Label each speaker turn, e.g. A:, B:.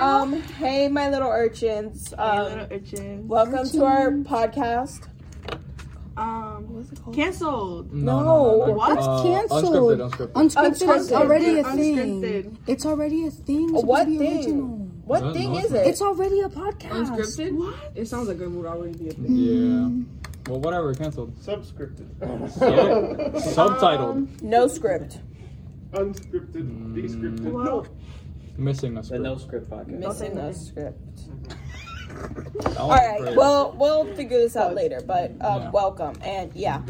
A: everyone. Um, Hey, my little urchins. Um, welcome to our podcast.
B: Um,
C: What's it called?
B: canceled.
A: No.
B: What?
C: It's
D: Uh,
C: canceled.
D: Unscripted, unscripted.
C: Unscripted is
A: Unscripted.
C: already a
B: Unscripted.
C: thing. It's already a thing. It's supposed
A: What
C: to be
A: thing?
C: original.
A: What
D: No,
A: thing
D: no,
A: is it?
D: it's-
C: It's already a podcast.
E: Unscripted?
B: What?
E: It sounds like it would already be a thing.
D: yeah. Well, whatever. Canceled.
F: Subscripted.
D: Subtitled.
B: Um,
A: no script.
F: Unscripted. Descripted.
B: well,
D: Missing a script.
G: script podcast.
A: Missing no script.
D: That
A: All
D: was
A: right.
D: great.
A: Well, we'll figure this out later. But um,
D: Yeah.
A: welcome and yeah.